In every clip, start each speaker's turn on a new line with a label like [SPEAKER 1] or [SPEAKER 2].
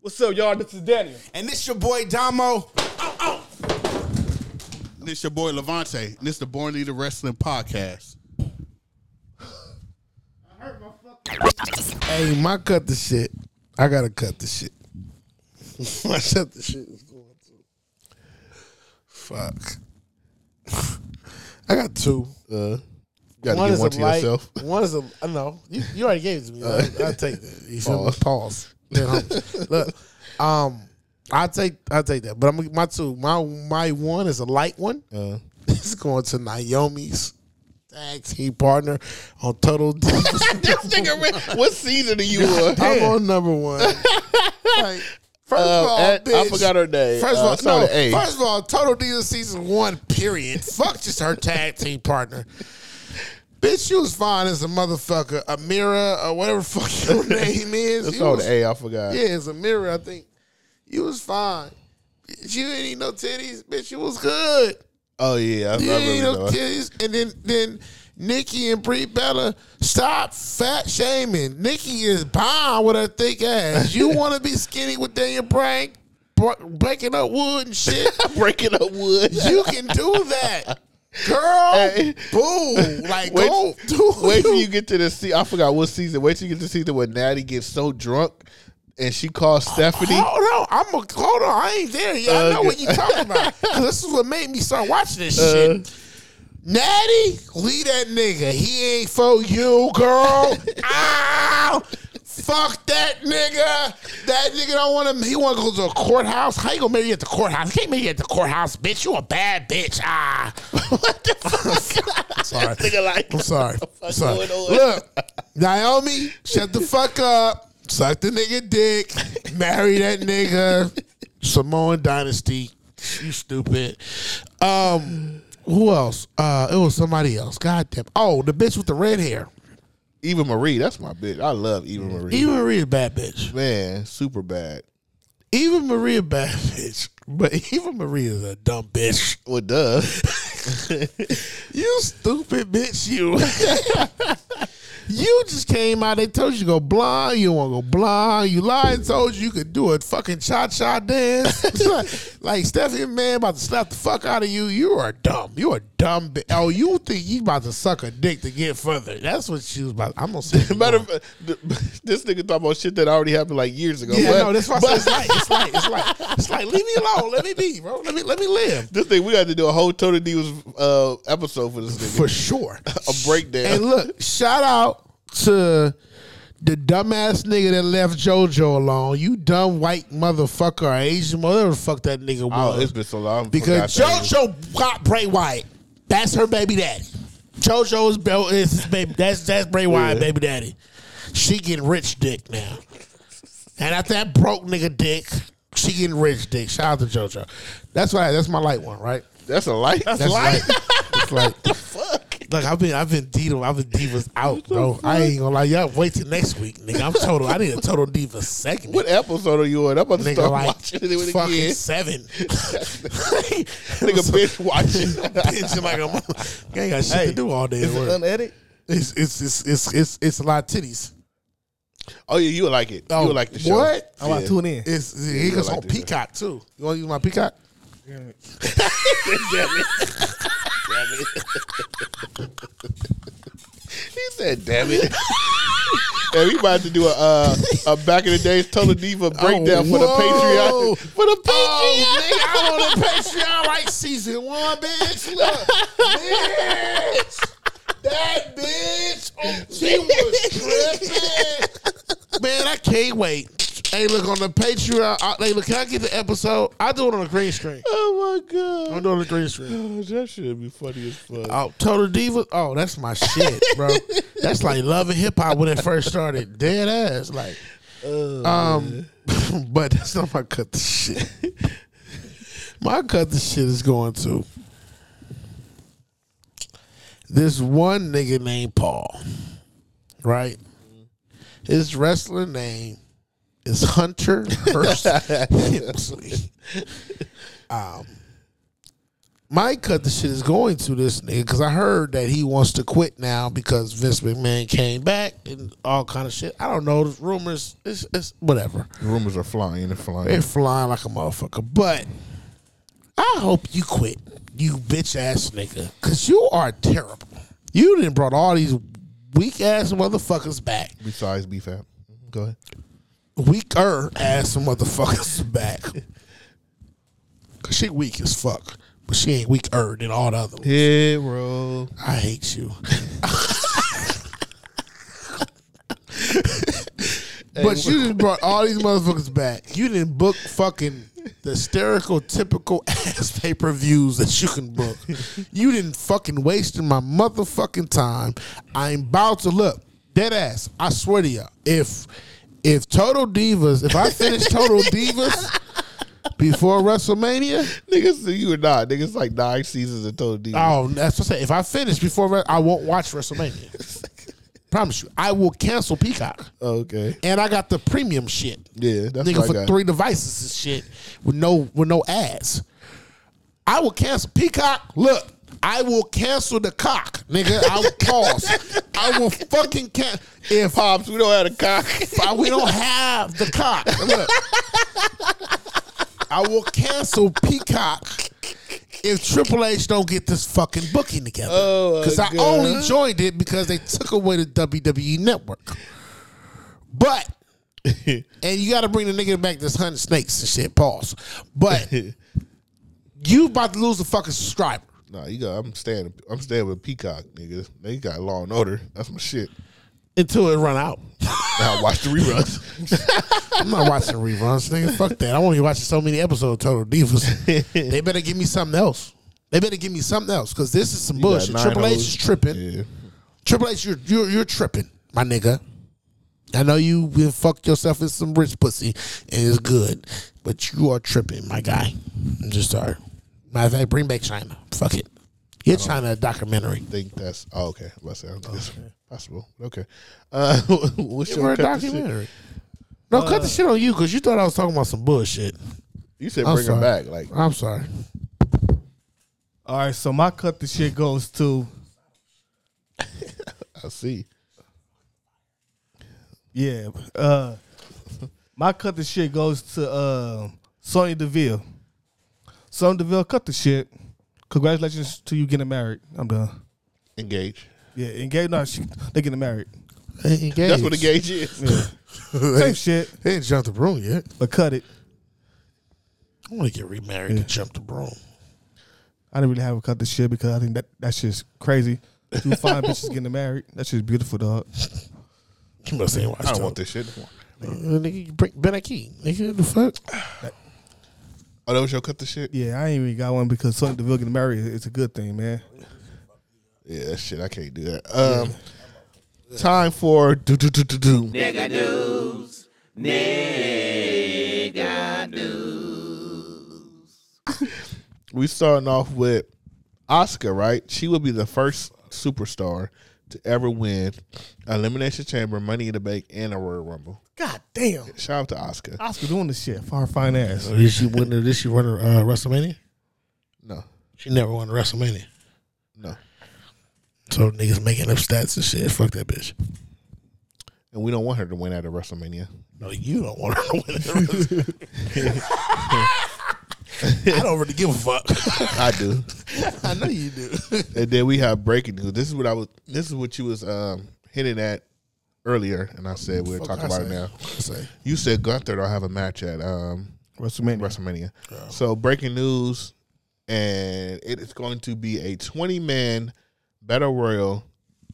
[SPEAKER 1] What's up, y'all? This is Daniel.
[SPEAKER 2] And this your boy Damo.
[SPEAKER 3] And it's Oh, your boy Levante. And it's the Born Leader Wrestling Podcast.
[SPEAKER 4] Hey, my cut the shit. I gotta cut the shit. my shut the shit is going to. Fuck. I got two.
[SPEAKER 2] Uh, you gotta give
[SPEAKER 4] is
[SPEAKER 2] one
[SPEAKER 4] a
[SPEAKER 2] to
[SPEAKER 4] light,
[SPEAKER 2] yourself.
[SPEAKER 4] One is a uh, no. You, you already gave it to me.
[SPEAKER 2] Uh,
[SPEAKER 4] I, will take that. You pause. pause. Then I'm- Look, um, I take I take that. But I'm my two. My my one is a light one.
[SPEAKER 2] Uh-huh.
[SPEAKER 4] It's going to Naomi's tag team partner on Total. D-
[SPEAKER 2] this nigga, man, what season are you on?
[SPEAKER 4] I'm on number one. Like, first of all,
[SPEAKER 2] eh, I
[SPEAKER 4] bitch,
[SPEAKER 2] forgot her name.
[SPEAKER 4] First of
[SPEAKER 2] Uh,
[SPEAKER 4] all,
[SPEAKER 2] started
[SPEAKER 4] no,
[SPEAKER 2] A.
[SPEAKER 4] First of all, Total Divas season one. Period. Fuck just her tag team partner. Bitch, she was fine as a motherfucker. Amira or whatever fuck your name is.
[SPEAKER 2] It's
[SPEAKER 4] you
[SPEAKER 2] on
[SPEAKER 4] was-
[SPEAKER 2] the A. I forgot.
[SPEAKER 4] Yeah, it's Amira. I think you was fine. Bitch, you didn't need no titties, bitch. You was good.
[SPEAKER 2] Oh yeah, I, I
[SPEAKER 4] You didn't
[SPEAKER 2] remember
[SPEAKER 4] need
[SPEAKER 2] that
[SPEAKER 4] no
[SPEAKER 2] one.
[SPEAKER 4] titties. And then then Nikki and Brie Bella stop fat shaming. Nikki is bomb with her thick ass. You want to be skinny with Daniel Bryan, br- breaking up wood and shit.
[SPEAKER 2] Breaking up wood.
[SPEAKER 4] you can do that, girl.
[SPEAKER 2] Hey.
[SPEAKER 4] Boo! Like
[SPEAKER 2] Wait-
[SPEAKER 4] go do
[SPEAKER 2] Wait till you get to the season. I forgot what season. Wait till you get to the season where Natty gets so drunk and she calls
[SPEAKER 4] Oh,
[SPEAKER 2] Stephanie.
[SPEAKER 4] Hold on, I'm a, hold on. I ain't there yet. I know
[SPEAKER 2] Okay.
[SPEAKER 4] what you talking about. 'Cause this is what made me start watching this shit. Natty, leave that nigga. He ain't for you, girl. Ow! Fuck that nigga. That nigga don't want to. He want to go to a courthouse. How you gonna marry at the courthouse? You can't marry at the courthouse, bitch. You a bad bitch. Ah. what the fuck? sorry.
[SPEAKER 2] Nigga like-
[SPEAKER 4] I'm sorry. I'm sorry.
[SPEAKER 2] going on?
[SPEAKER 4] Look, Naomi, shut the fuck up. Suck the nigga dick. Marry that nigga. Samoan Dynasty. You stupid. Um, who else? Uh, it was somebody else. God damn. Oh, the bitch with the red hair.
[SPEAKER 2] Eva Marie, that's my bitch. I love Eva Marie.
[SPEAKER 4] Eva Marie a bad bitch.
[SPEAKER 2] Man, super bad.
[SPEAKER 4] Eva Marie a bad bitch. But Eva Marie is a dumb bitch.
[SPEAKER 2] Well, duh.
[SPEAKER 4] You stupid bitch, you. you just came out. They told you to go blind. You want to go blind. You lied. Told you you could do a fucking cha cha dance. It's like, like Stephanie man about to slap the fuck out of you. You are dumb. You are dumb. bi- Oh, you think you about to suck a dick to get further? That's what she was about. I'm gonna say.
[SPEAKER 2] Matter of fact, th- this nigga talking about shit that already happened like years ago.
[SPEAKER 4] yeah,
[SPEAKER 2] but,
[SPEAKER 4] no, that's why I
[SPEAKER 2] but
[SPEAKER 4] said it's like, it's like, it's like, it's like, leave me alone. Let me be, bro. Let me, let me live.
[SPEAKER 2] this thing we got to do a whole Total Divas uh, episode for this nigga.
[SPEAKER 4] For sure.
[SPEAKER 2] a breakdown.
[SPEAKER 4] And look, shout out to the dumbass nigga that left JoJo alone. You dumb white motherfucker or Asian whatever the fuck that nigga
[SPEAKER 2] oh,
[SPEAKER 4] was.
[SPEAKER 2] it's been so long. I
[SPEAKER 4] because
[SPEAKER 2] forgot that.
[SPEAKER 4] JoJo got Bray Wyatt. That's her baby daddy. JoJo's bel- is his baby. That's that's Bray Wyatt baby daddy. She getting rich dick now. And after that broke nigga dick, she getting rich dick. Shout out to JoJo. That's why that's my light one, right?
[SPEAKER 2] that's a light.
[SPEAKER 4] That's like, it's like Like I've been, I've been diva, I've been divas out, bro. I ain't gonna lie, y'all wait till next week, nigga. I'm total. I need a total diva second,
[SPEAKER 2] What episode are you on? I'm about to
[SPEAKER 4] nigga.
[SPEAKER 2] start
[SPEAKER 4] Like
[SPEAKER 2] watching it with
[SPEAKER 4] fucking
[SPEAKER 2] again.
[SPEAKER 4] seven,
[SPEAKER 2] Nigga,
[SPEAKER 4] nigga.
[SPEAKER 2] bitch, watching.
[SPEAKER 4] Bitching like I'm, I ain't got shit to do all day. at
[SPEAKER 3] Is it
[SPEAKER 4] work.
[SPEAKER 3] unedited?
[SPEAKER 4] It's, it's it's it's it's it's a lot of titties.
[SPEAKER 2] oh yeah, you would like it. you would like the show.
[SPEAKER 4] What?
[SPEAKER 3] I want to tune in.
[SPEAKER 4] It's it goes
[SPEAKER 2] like
[SPEAKER 4] on
[SPEAKER 2] this.
[SPEAKER 4] Peacock too. You want to use my Peacock?
[SPEAKER 2] He said, "Damn it." And we about to do a uh, a back in the days Total Diva breakdown for the
[SPEAKER 4] Oh, whoa.
[SPEAKER 2] Patreon. For the Patreon.
[SPEAKER 4] Oh, nigga, I'm on the Patreon like season one, bitch. Look, bitch, that bitch, oh, she was tripping. Man, I can't wait. Hey, look on the Patreon. I, hey, look, can I get the episode? I do it on a green screen.
[SPEAKER 2] oh my god.
[SPEAKER 4] I'm doing it on a green screen.
[SPEAKER 2] Oh, that should be funny as fuck.
[SPEAKER 4] Oh, Total Diva. Oh, that's my shit, bro. that's like loving hip hop when it first started. Dead ass, like. um, but that's not my cut the shit. my cut the shit is going to this one nigga named Paul, right? His wrestler name is Hunter Hurst Hemsley. Um, Mike cut the shit is going to this nigga because I heard that he wants to quit now because Vince McMahon came back and all kind of shit. I don't know. There's rumors. It's, it's whatever.
[SPEAKER 2] Rumors are flying and
[SPEAKER 4] They're
[SPEAKER 2] flying.
[SPEAKER 4] flying like a motherfucker. But I hope you quit, you bitch ass nigga, because you are terrible. You didn't brought all these weak ass motherfuckers back,
[SPEAKER 2] Besides BFAP. Go ahead.
[SPEAKER 4] weaker ass motherfuckers back. Cause she weak as fuck, but she ain't weaker than all the other. ones.
[SPEAKER 2] Hero.
[SPEAKER 4] I hate you. but you just brought all these motherfuckers back. You didn't book fucking the hysterical, typical ass pay per views that you can book. You didn't fucking wasting my motherfucking time. I'm about to look dead ass. I swear to you, if if Total Divas, if I finish Total Divas before WrestleMania,
[SPEAKER 2] Niggas, you and not. Niggas like nine seasons of Total D.
[SPEAKER 4] Oh, that's what I say. If I finish before, Re- I won't watch WrestleMania. Promise you, I will cancel Peacock.
[SPEAKER 2] Okay.
[SPEAKER 4] And I got the premium shit,
[SPEAKER 2] Yeah, that's
[SPEAKER 4] nigga,
[SPEAKER 2] what I
[SPEAKER 4] for
[SPEAKER 2] got.
[SPEAKER 4] three devices and shit with no with no ads. I will cancel Peacock. Look, I will cancel the cock, nigga. I will pause. I will fucking cancel if
[SPEAKER 2] Pops, we don't have a cock.
[SPEAKER 4] I- we don't have the cock. Look. I will cancel Peacock if Triple H don't get this fucking booking together.
[SPEAKER 2] Oh, my
[SPEAKER 4] Because I
[SPEAKER 2] God.
[SPEAKER 4] only joined it because they took away the WWE network. But and you got to bring the nigga back that's hunting snakes and shit. Pause. But you about to lose the fucking subscriber.
[SPEAKER 2] nah, you got. I'm staying. I'm staying with Peacock, niggas. They got Law and Order. That's my shit.
[SPEAKER 4] Until it run out,
[SPEAKER 2] Now watch the reruns.
[SPEAKER 4] I'm not watching reruns, nigga. Fuck that. I only watching so many episodes of Total Divas. they better give me something else. They better give me something else because this is some
[SPEAKER 2] got
[SPEAKER 4] bullshit.
[SPEAKER 2] nine
[SPEAKER 4] Triple H
[SPEAKER 2] hoes.
[SPEAKER 4] is tripping.
[SPEAKER 2] yeah.
[SPEAKER 4] Triple H, you're, you're you're tripping, my nigga. I know you been fucked yourself in some rich pussy, and it's good, but you are tripping, my guy. I'm just sorry. Matter of fact, bring back China. Fuck it.
[SPEAKER 2] Oh.
[SPEAKER 4] Get China a documentary.
[SPEAKER 2] Think that's oh, okay. Let's say I don't think that's possible. Okay. Uh, what's
[SPEAKER 4] Give her
[SPEAKER 2] your
[SPEAKER 4] a
[SPEAKER 2] cut the shit? Uh,
[SPEAKER 4] documentary. No, cut the shit on you because you thought I was talking about some bullshit.
[SPEAKER 2] You said
[SPEAKER 4] I'm
[SPEAKER 2] bring her
[SPEAKER 4] sorry.
[SPEAKER 2] back. Like
[SPEAKER 4] I'm sorry.
[SPEAKER 1] All right, so my cut the shit goes to
[SPEAKER 2] I see.
[SPEAKER 1] yeah. Uh, my cut the shit goes to uh, Sonya Deville. Sonya Deville, cut the shit. Congratulations to you getting married. I'm done.
[SPEAKER 2] Engage.
[SPEAKER 1] Yeah, engaged. No, she, they getting married.
[SPEAKER 2] That's what engage is.
[SPEAKER 1] Yeah. Same shit,
[SPEAKER 4] They ain't jumped the broom yet.
[SPEAKER 1] but cut it.
[SPEAKER 4] I want to get remarried and jump the broom.
[SPEAKER 1] I didn't really have a cut the shit because I think that that shit's crazy. Two fine bitches getting married. That shit's beautiful, dog.
[SPEAKER 4] You must ain't watched
[SPEAKER 2] I don't
[SPEAKER 4] Total
[SPEAKER 2] want this shit.
[SPEAKER 4] Uh, nigga, you bring Ben Aki. Nigga, the fuck?
[SPEAKER 2] Oh, that was your cut the shit.
[SPEAKER 1] Yeah, I ain't even got one because Sonya Deville getting married is a good thing, man.
[SPEAKER 2] Yeah, that shit. I can't do that. Um, time for do do do do do. we starting off with Oscar, right? She will be the first superstar to ever win Elimination Chamber, Money in the Bank, and a Royal Rumble.
[SPEAKER 1] God damn.
[SPEAKER 2] Shout out to Oscar.
[SPEAKER 1] Oscar doing this shit. Far fine ass.
[SPEAKER 4] Did she win? Did she run uh, WrestleMania?
[SPEAKER 2] No,
[SPEAKER 4] She never won WrestleMania.
[SPEAKER 2] no,
[SPEAKER 4] So niggas making up stats and shit. Fuck that bitch.
[SPEAKER 2] and we don't want her to win at a WrestleMania.
[SPEAKER 4] No, you don't want her to win. that. I don't really give a fuck.
[SPEAKER 2] I do.
[SPEAKER 4] I know you do.
[SPEAKER 2] and then we have breaking news. This is what I was. This is what you was um, hinting at earlier, and I said we were talking about it now.
[SPEAKER 4] Say.
[SPEAKER 2] You said Gunther don't have a match at um,
[SPEAKER 1] WrestleMania.
[SPEAKER 2] WrestleMania. So breaking news, and it is going to be a 20 man battle royal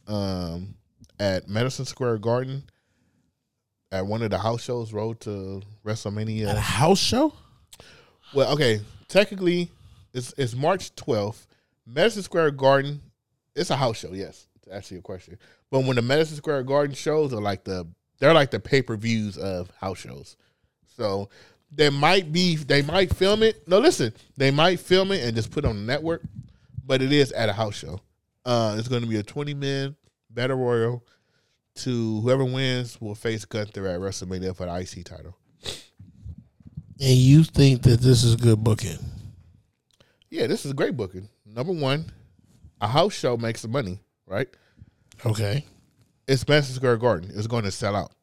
[SPEAKER 2] um, at Madison Square Garden at one of the house shows. Road to
[SPEAKER 4] A
[SPEAKER 2] WrestleMania.
[SPEAKER 4] house show?
[SPEAKER 2] Well, okay, technically it's it's March 12th. Madison Square Garden. It's a house show. Yes, to answer your question. But when the Madison Square Garden shows are like the they're like the pay per views of house shows. So they might be they might film it. No, listen, they might film it and just put it on the network, but it is at a house show. Uh, it's going to be a twenty man battle royal. To whoever wins will face Gunther at WrestleMania for the IC title.
[SPEAKER 4] And you think that this is good booking?
[SPEAKER 2] Yeah, this is great booking. Number one, a house show makes some money, right?
[SPEAKER 4] Okay.
[SPEAKER 2] It's Madison Square Garden. It's going to sell out.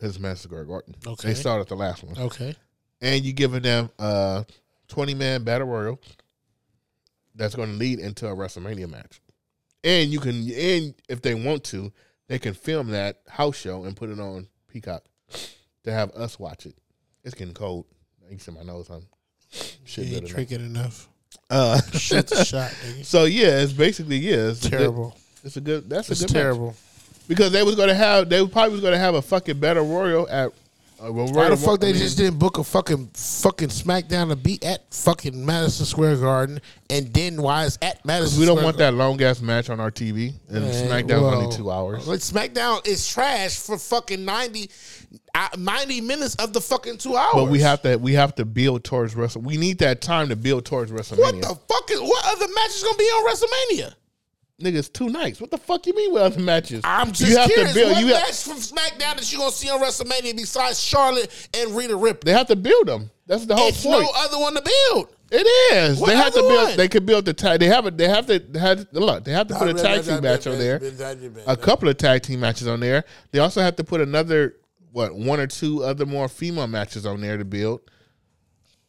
[SPEAKER 2] It's Madison Square Garden.
[SPEAKER 4] Okay.
[SPEAKER 2] They saw it at the last one.
[SPEAKER 4] Okay.
[SPEAKER 2] And you giving them a 20 man battle royal that's going to lead into a WrestleMania match. And you can, and if they want to, they can film that house show and put it on Peacock to have us watch it. It's getting cold. I see my nose. I'm shit. better
[SPEAKER 4] You ain't
[SPEAKER 2] now.
[SPEAKER 4] drinking enough.
[SPEAKER 2] Uh,
[SPEAKER 4] Shoot the shot, nigga.
[SPEAKER 2] so yeah, it's basically yeah, it's a good-
[SPEAKER 4] Terrible.
[SPEAKER 2] it's a good. That's a
[SPEAKER 4] It's
[SPEAKER 2] good match.
[SPEAKER 4] terrible.
[SPEAKER 2] because they was gonna have they probably was gonna have a fucking battle royal at. Uh,
[SPEAKER 4] Why the fuck they just didn't book a fucking fucking SmackDown to be at fucking Madison Square Garden and then why is at Madison?
[SPEAKER 2] We don't
[SPEAKER 4] Square
[SPEAKER 2] want that long ass match on our TV and
[SPEAKER 4] Man,
[SPEAKER 2] SmackDown's
[SPEAKER 4] whoa.
[SPEAKER 2] only two hours.
[SPEAKER 4] Like SmackDown is trash for fucking 90, uh, 90 minutes of the fucking two hours.
[SPEAKER 2] But we have to we have to build towards Wrestle. We need that time to build towards
[SPEAKER 4] what
[SPEAKER 2] WrestleMania.
[SPEAKER 4] the fuck is what other match is gonna be on WrestleMania?
[SPEAKER 2] Niggas, two nights. What the fuck you mean with other matches?
[SPEAKER 4] I'm just
[SPEAKER 2] you have
[SPEAKER 4] curious.
[SPEAKER 2] to build.
[SPEAKER 4] what
[SPEAKER 2] You
[SPEAKER 4] match
[SPEAKER 2] have,
[SPEAKER 4] from SmackDown that you gonna see on WrestleMania besides Charlotte and Rhea Ripley?
[SPEAKER 2] they have to build them. That's the whole
[SPEAKER 4] It's
[SPEAKER 2] point.
[SPEAKER 4] no other one to build.
[SPEAKER 2] it is.
[SPEAKER 4] What
[SPEAKER 2] they have to
[SPEAKER 4] other
[SPEAKER 2] build.
[SPEAKER 4] one?
[SPEAKER 2] They could build the tag. They have a. They have to have look. They have to put a tag team match on there. a couple of tag team matches on there. They also have to put another what one or two other more female matches on there to build.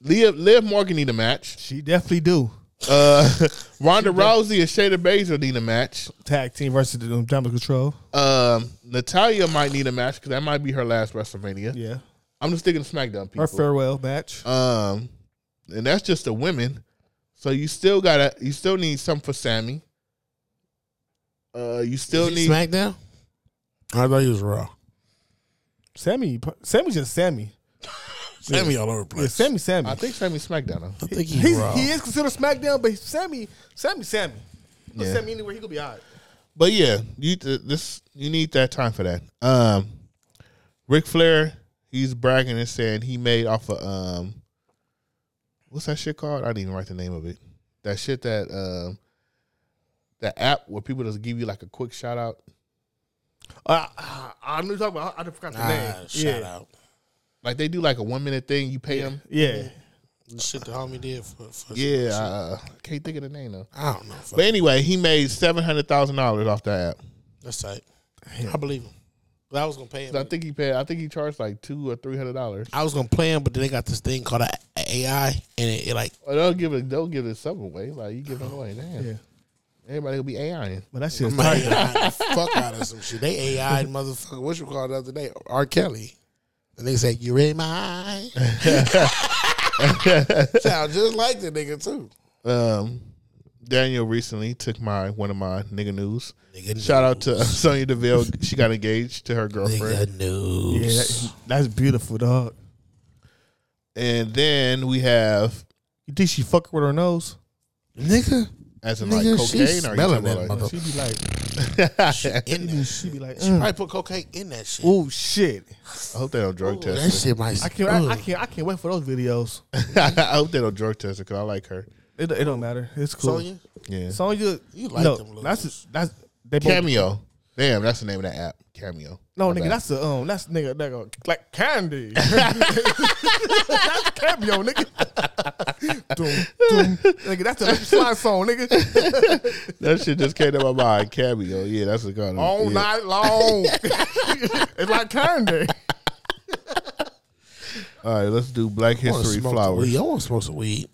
[SPEAKER 2] Liv, Liv Morgan need a match.
[SPEAKER 1] She definitely do.
[SPEAKER 2] Uh, Ronda Rousey and Shayna Baszler need a match.
[SPEAKER 1] Tag team versus the um, Damage Control.
[SPEAKER 2] Um, Natalia might need a match because that might be her last WrestleMania.
[SPEAKER 1] Yeah.
[SPEAKER 2] I'm just thinking SmackDown people.
[SPEAKER 1] Her farewell match.
[SPEAKER 2] um, and that's just the women. So you still gotta, you still need something for Sammy. Uh, you still need
[SPEAKER 4] SmackDown. I thought he was Raw.
[SPEAKER 1] Sammy. Sammy's just Sammy.
[SPEAKER 4] Sammy all over the
[SPEAKER 1] Yeah,
[SPEAKER 4] place.
[SPEAKER 1] Sammy. Sammy.
[SPEAKER 2] I think Sammy SmackDown. Though.
[SPEAKER 4] I think he's,
[SPEAKER 1] He's,
[SPEAKER 4] Raw.
[SPEAKER 1] he is considered SmackDown, but Sammy, Sammy, Sammy. Put
[SPEAKER 2] Yeah.
[SPEAKER 1] Sammy anywhere, he could be all right.
[SPEAKER 2] But yeah, you th- this you need that time for that. Um, Ric Flair, he's bragging and saying he made off of um, what's that shit called? I didn't even write the name of it. That shit that um, that app where people just give you like a quick shout out.
[SPEAKER 1] Uh, uh, I knew you talking about. I, I forgot the name.
[SPEAKER 4] Ah, shout
[SPEAKER 1] yeah.
[SPEAKER 4] out.
[SPEAKER 2] Like they do like a one minute thing. You pay them.
[SPEAKER 1] Yeah.
[SPEAKER 4] The shit the homie did for, for
[SPEAKER 2] Yeah, uh, I can't think of the name though.
[SPEAKER 4] I don't know. Fuck.
[SPEAKER 2] But anyway, he made seven hundred thousand dollars off that app.
[SPEAKER 4] That's tight. I believe him. But I was gonna pay him.
[SPEAKER 2] I think he paid. I think he charged like two or three hundred dollars.
[SPEAKER 4] I was gonna play him, but then they got this thing called a, a AI, and it, it like
[SPEAKER 2] Or they'll give it. They'll give it some away. Like you give it away. Damn.
[SPEAKER 1] Yeah.
[SPEAKER 2] Everybody will be AIing.
[SPEAKER 1] But that shit's
[SPEAKER 4] man,
[SPEAKER 1] tight.
[SPEAKER 4] AI the fuck out of some shit. They AI motherfucker. What you call it the other day? R. Kelly. And they say you're in my eye. Sound just like the nigga too.
[SPEAKER 2] um, Daniel recently took my one of my nigga news.
[SPEAKER 4] Nigga
[SPEAKER 2] Shout out to uh, Sonya Deville. She got engaged to her girlfriend.
[SPEAKER 4] Nigga
[SPEAKER 1] Yeah,
[SPEAKER 4] news.
[SPEAKER 1] that, that's beautiful, dog.
[SPEAKER 2] And then we have
[SPEAKER 1] You think she fucking with her nose?
[SPEAKER 4] Nigga.
[SPEAKER 2] as in
[SPEAKER 4] Nigga,
[SPEAKER 2] like
[SPEAKER 4] she
[SPEAKER 2] cocaine or you talking
[SPEAKER 4] smelling that
[SPEAKER 2] about, like,
[SPEAKER 1] She be like,
[SPEAKER 4] In that
[SPEAKER 1] she
[SPEAKER 4] shit.
[SPEAKER 1] be like, mm.
[SPEAKER 4] She probably put cocaine in that shit.
[SPEAKER 1] oh shit!
[SPEAKER 2] I hope they don't drug
[SPEAKER 4] Ooh,
[SPEAKER 2] test
[SPEAKER 4] that shit might.
[SPEAKER 1] I can't, I, I can't, I can't wait for those videos.
[SPEAKER 2] her. I hope they don't drug test her because I like her.
[SPEAKER 1] It, it don't matter. It's cool.
[SPEAKER 4] Sonya,
[SPEAKER 2] Yeah.
[SPEAKER 1] Sonya,
[SPEAKER 4] You like
[SPEAKER 1] no,
[SPEAKER 4] them little
[SPEAKER 1] That's that's they both,
[SPEAKER 2] Cameo. Damn, that's the name of that app. Cameo.
[SPEAKER 1] No,
[SPEAKER 2] My
[SPEAKER 1] nigga,
[SPEAKER 2] bad.
[SPEAKER 1] that's a um, that's nigga, nigga, like candy. that's cameo, nigga. Doom, doom. Nigga, that's a Lucky slide song, nigga.
[SPEAKER 2] that shit just came to my mind. Cameo. Yeah, that's what called.
[SPEAKER 1] All
[SPEAKER 2] yeah.
[SPEAKER 1] night long. it's like candy.
[SPEAKER 2] All right, let's do Black
[SPEAKER 4] I wanna
[SPEAKER 2] History
[SPEAKER 4] smoke
[SPEAKER 2] Flowers.
[SPEAKER 4] some weed. I want to smoke some weed.